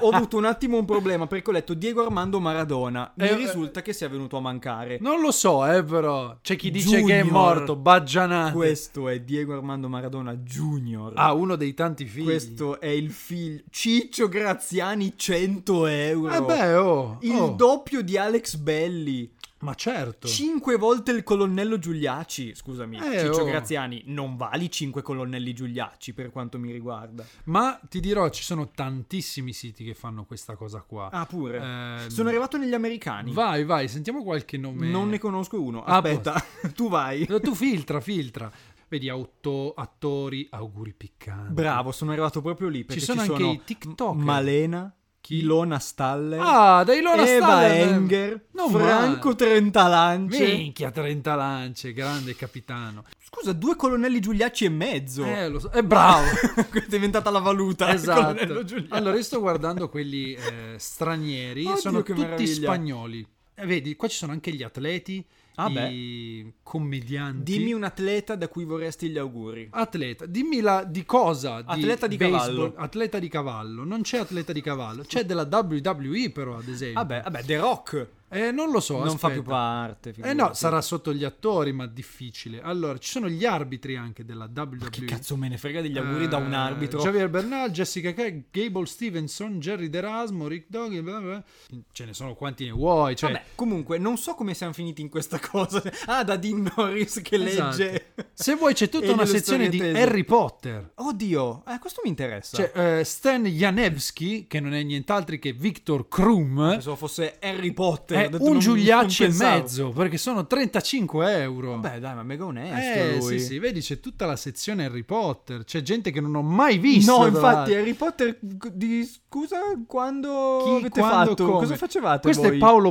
A: ho ho avuto un attimo un problema perché ho letto Diego Armando Maradona. Mi
C: Eh, eh.
A: risulta che sia venuto a mancare.
C: Non lo so, eh, però. C'è chi dice che è
A: Junior.
C: morto, baggianato.
A: Questo è Diego Armando Maradona Junior.
C: Ah, uno dei tanti figli.
A: Questo è il figlio Ciccio Graziani 100 euro.
C: Eh beh, oh.
A: il
C: oh.
A: doppio di Alex Belli.
C: Ma certo.
A: 5 volte il colonnello Giuliacci. Scusami,
C: Eh,
A: Ciccio
C: oh.
A: Graziani non vali 5 colonnelli Giuliacci per quanto mi riguarda.
C: Ma ti dirò, ci sono tantissimi siti che fanno questa cosa qua.
A: Ah, pure.
C: Ehm,
A: Sono arrivato negli americani.
C: Vai, vai, sentiamo qualche nome.
A: Non ne conosco uno.
C: Ah, Eh,
A: Aspetta, tu vai.
C: Tu filtra, filtra. Vedi, auto- attori, auguri piccanti.
A: Bravo, sono arrivato proprio lì. Perché ci
C: sono
A: sono,
C: anche i TikToker.
A: Malena,
C: Chi?
A: Ilona Staller,
C: Ah, da Ilona
A: Eva
C: Staller.
A: Enger,
C: Non
A: Franco
C: male.
A: Trentalance.
C: Minchia, 30 lance, grande capitano.
A: Scusa, due colonnelli Giuliacci e mezzo.
C: Eh, lo so. È bravo.
A: Questa è diventata la valuta. il colonnello
C: esatto.
A: Giuliacci.
C: Allora, io sto guardando quelli eh, stranieri,
A: Oddio,
C: sono
A: che
C: tutti
A: meraviglia.
C: spagnoli. Eh, vedi, qua ci sono anche gli atleti,
A: Ah,
C: i commedianti.
A: Dimmi un atleta da cui vorresti gli auguri.
C: Atleta, dimmi la, di cosa?
A: Atleta di
C: baseball,
A: cavallo.
C: Atleta di cavallo. Non c'è atleta di cavallo, c'è della WWE però, ad esempio.
A: Vabbè, vabbè, The Rock.
C: Eh, non lo so,
A: Ah, non
C: aspetta.
A: fa più parte.
C: Eh
A: figurati.
C: no, sarà sotto gli attori, ma difficile. Allora, ci sono gli arbitri anche della WWE.
A: Che cazzo me ne frega degli auguri da un
C: Eh,
A: arbitro.
C: Javier Bernal, Jessica Kay, Gable Stevenson, Jerry D'Erasmo, Rick Dogg, bla bla bla. ce ne sono quanti ne vuoi. Cioè,
A: Vabbè, comunque, non so come siamo finiti in questa cosa. Ah, da Dean Norris che
C: Esatto.
A: legge.
C: Se vuoi c'è
A: E
C: tutta una
A: glielo
C: sezione di
A: storietese.
C: Harry Potter.
A: Oddio, eh, questo mi interessa.
C: C'è eh, Stan Janevski, che non è nient'altro che Victor Krum,
A: Pensavo fosse Harry Potter.
C: eh? è
A: ho detto,
C: un
A: non-
C: Giuliacci
A: non
C: e
A: pensavo.
C: mezzo, perché sono 35 euro.
A: Beh, dai, ma mega onesto
C: Eh,
A: lui.
C: sì, sì, vedi, c'è tutta la sezione Harry Potter. C'è gente che non ho mai visto.
A: no,
C: tra
A: infatti,
C: l'altro.
A: Harry Potter, di scusa, quando
C: Chi,
A: avete
C: quando,
A: fatto?
C: come?
A: Cosa facevate
C: Questo
A: voi?
C: è Paolo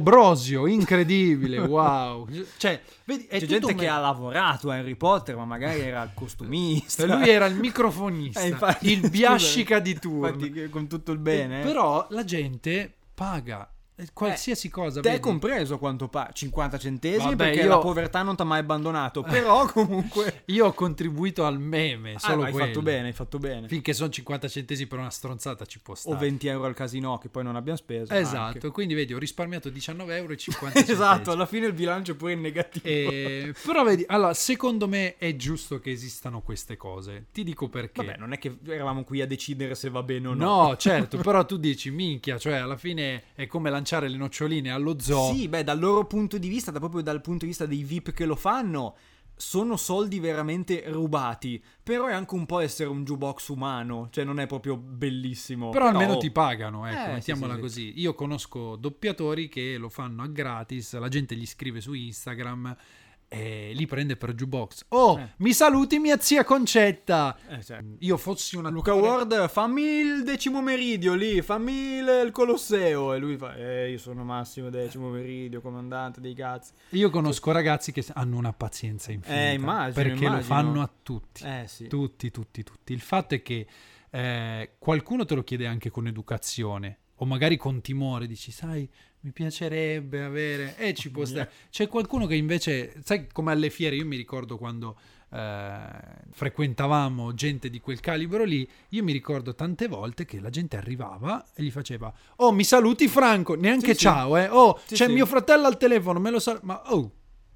C: Brosio, incredibile, wow. Cioè, vedi,
A: C'è
C: è tutto
A: gente
C: un-
A: che ha lavorato a Harry Potter, ma magari era il costumista.
C: Eh, Lui era il microfonista,
A: Eh, infatti,
C: il biascica di turno.
A: eh. Infatti, che- con tutto il bene.
C: Però la gente paga eh, qualsiasi cosa.
A: Te
C: vedi.
A: compreso a quanto pare, 50 centesimi
C: Vabbè,
A: perché
C: io- Eh.
A: la povertà non ti ha mai abbandonato, però comunque...
C: Io ho contribuito al meme, solo
A: Ah, hai
C: quello.
A: fatto bene, hai fatto bene.
C: Finché sono 50 centesimi per una stronzata ci può
A: O
C: stare.
A: 20 euro al casino che poi non abbiamo speso.
C: Esatto,
A: anche.
C: quindi vedi, ho risparmiato 19,50 euro.
A: esatto, alla fine il bilancio è pure in negativo.
C: Eh, però vedi, allora, secondo me è giusto che esistano queste cose. Ti dico perché.
A: Vabbè, non è che eravamo qui a decidere se va bene o no.
C: no, certo, però tu dici, minchia, cioè alla fine è come lanciare le noccioline allo zoo.
A: Sì, beh, dal loro punto di vista, da- proprio dal punto di vista dei VIP che lo fanno, sono soldi veramente rubati. Però è anche un po' essere un jukebox umano, cioè non è proprio bellissimo.
C: Però almeno
A: oh,
C: ti pagano, ecco,
A: Eh,
C: mettiamola
A: sì, sì,
C: così. Io conosco doppiatori che lo fanno a gratis, la gente gli scrive su Instagram e li prende per jukebox. Oh,
A: Eh.
C: mi saluti mia zia Concetta!
A: eh, cioè,
C: Io fossi una
A: Luca Ward, fammi il decimo meridio lì, fammi il, il Colosseo. E lui fa, eh, io sono Massimo Decimo Meridio, comandante dei cazzi.
C: Io conosco ragazzi che hanno una pazienza infinita
A: Eh, immagino,
C: perché lo
A: immagino.
C: fanno a tutti.
A: Eh sì.
C: Tutti, tutti, tutti. Il fatto è che eh, qualcuno te lo chiede anche con educazione o magari con timore, dici, sai, mi piacerebbe avere... E ci può stare. C'è qualcuno che invece, sai, come alle fiere, io mi ricordo quando eh, frequentavamo gente di quel calibro lì, io mi ricordo tante volte che la gente arrivava e gli faceva, oh, mi saluti Franco, neanche
A: Sì, sì.
C: ciao, eh, oh,
A: Sì,
C: c'è
A: sì.
C: mio fratello al telefono, me lo sa... Ma, oh,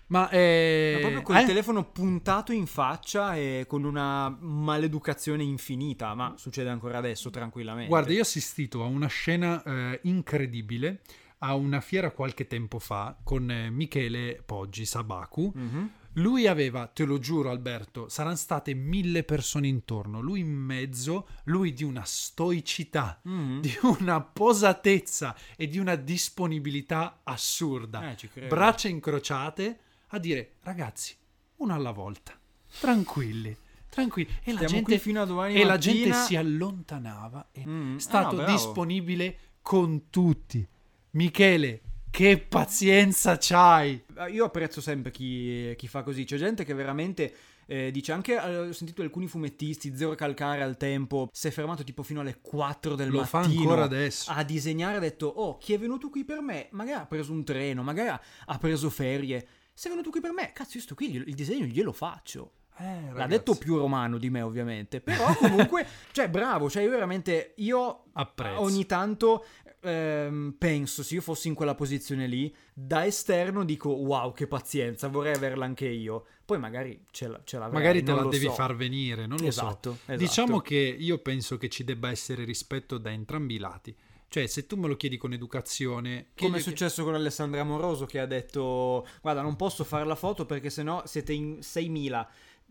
C: ma... Eh,
A: Ma proprio col
C: eh?
A: telefono puntato in faccia e con una maleducazione infinita, ma succede ancora adesso tranquillamente.
C: Guarda, io ho assistito a una scena eh, incredibile a una fiera qualche tempo fa con eh, Michele Poggi Sabaku.
A: Mhm.
C: Lui aveva, te lo giuro Alberto, saranno state mille persone intorno, lui in mezzo, lui di una stoicità,
A: Mhm.
C: di una posatezza e di una disponibilità assurda.
A: Eh, ci credo.
C: Braccia incrociate a dire ragazzi, una alla volta, tranquilli, tranquilli. E la
A: Stiamo
C: gente
A: qui fino a domani
C: e la
A: mattina.
C: gente si allontanava. È
A: Mm, ah,
C: stato
A: bravo.
C: disponibile con tutti. Michele, che pazienza c'hai!
A: Eh, Io apprezzo sempre chi, chi fa così. C'è gente che veramente eh, dice anche. eh, Ho sentito alcuni fumettisti, Zero Calcare al tempo, si è fermato tipo fino alle 4 del
C: Lo fa
A: mattino.
C: ancora adesso.
A: A disegnare ha detto: Oh, chi è venuto qui per me? Magari ha preso un treno, magari ha- ha preso ferie. Se è venuto qui per me, cazzo, io sto qui, glielo- il disegno glielo faccio.
C: Eh,
A: L'ha detto più romano di me, ovviamente. Però comunque, cioè, bravo, cioè, io veramente. Io
C: Apprezzo.
A: ogni tanto ehm, penso, se io fossi in quella posizione lì, da esterno dico: Wow, che pazienza, vorrei averla anche io. Poi magari ce, la, ce l'avrei.
C: Magari te
A: non
C: la
A: lo
C: devi
A: so.
C: far venire, non lo
A: esatto,
C: so.
A: esatto.
C: Diciamo che io penso che ci debba essere rispetto da entrambi i lati. Cioè, se tu me lo chiedi con educazione, che
A: Come è
C: io-
A: successo con Alessandra Amoroso che ha detto: Guarda, non posso fare la foto perché sennò siete in 6.000.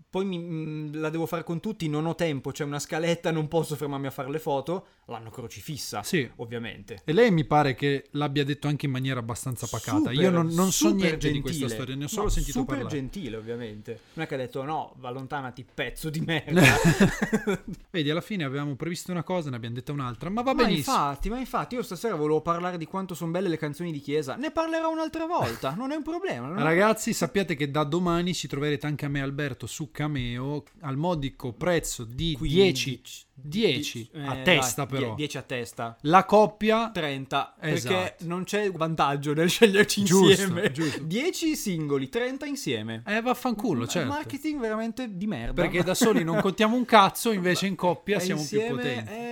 A: Poi mi- mh, la devo fare con tutti, non ho tempo, c'è una scaletta, non posso fermarmi a fare le foto. L'hanno crocifissa,
C: Sì.
A: ovviamente.
C: E lei mi pare che l'abbia detto anche in maniera abbastanza pacata. Io
A: Super,
C: non, non so
A: super
C: niente di
A: gentile.
C: questa storia, ne ho solo
A: No,
C: sentito
A: super
C: parlare.
A: gentile, ovviamente. Non è che ha detto no, allontanati, pezzo di merda.
C: Esatto. Vedi, alla fine avevamo previsto una cosa, ne abbiamo detta un'altra, ma va
A: ma
C: benissimo.
A: infatti, ma infatti, io stasera volevo parlare di quanto sono belle le canzoni di chiesa. Ne parlerò un'altra volta, non è un problema. non è-
C: Ragazzi, sappiate che da domani ci troverete anche a me Alberto su Cameo al modico prezzo di 10, 10
A: Eh,
C: a
A: dai,
C: testa però.
A: 10 a testa.
C: La coppia
A: 30
C: Esatto.
A: perché non c'è vantaggio nel sceglierci
C: Giusto,
A: insieme.
C: giusto.
A: 10 singoli, 30 insieme.
C: eh vaffanculo, certo.
A: Marketing veramente di merda.
C: Perché da soli non contiamo un cazzo, invece in coppia
A: E
C: siamo più
A: insieme eh.
C: potenti.
A: è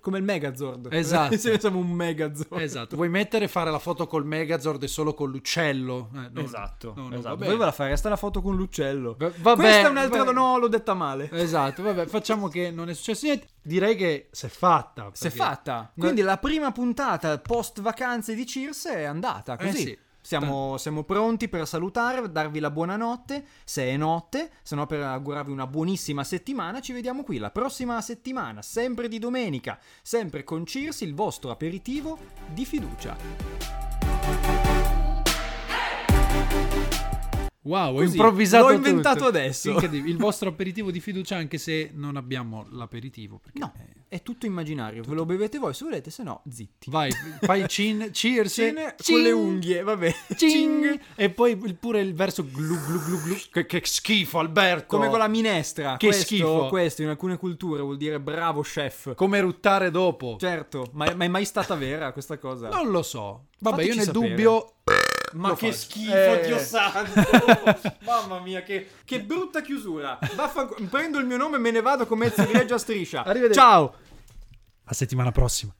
A: come il Megazord.
C: Esatto.
A: Insieme siamo un Megazord.
C: Esatto, vuoi mettere fare la foto col Megazord e solo con l'uccello? Eh, no,
A: Esatto,
C: no, no, va
A: esatto.
C: bene.
A: doveva fare sta la foto con l'uccello.
C: Va- vabbè,
A: Questa è un'altra.
C: va-
A: No, l'ho detta male.
C: Esatto, vabbè, facciamo che non è successo niente. Direi che si è fatta.
A: Si è
C: perché-
A: fatta. Quindi la prima puntata post vacanze di Circe è andata.
C: Eh
A: Così.
C: sì.
A: Siamo, siamo pronti per salutare, darvi la buonanotte, se è notte, se no per augurarvi una buonissima settimana, ci vediamo qui la prossima settimana, sempre di domenica, sempre con Circe, il vostro aperitivo di fiducia.
C: Wow, ho
A: Così,
C: improvvisato
A: l'ho
C: tutto.
A: inventato adesso.
C: Incredibile. Il vostro aperitivo di fiducia anche se non abbiamo l'aperitivo. Perché
A: No.
C: eh,
A: È tutto immaginario, ve lo bevete voi se volete, se no zitti.
C: Vai, fai cin, cheers,
A: Cin
C: cin,
A: con le unghie, vabbè.
C: cing, e poi il- pure il verso glu glu glu glu, che, che schifo Alberto,
A: Come con la minestra.
C: Che
A: questo,
C: schifo.
A: Questo in alcune culture vuol dire bravo chef.
C: come ruttare dopo,
A: Certo, ma, ma è mai stata vera questa cosa?
C: non lo so, vabbè
A: Fateci
C: io nel
A: sapere.
C: dubbio
A: ma
C: lo
A: che
C: faccio.
A: schifo,
C: Eh.
A: Dio santo! Mamma mia, che, che brutta chiusura! Vaffanculo, prendo il mio nome e me ne vado come Ezio Reggio a striscia.
C: Arrivederci.
A: Ciao!
C: a settimana prossima.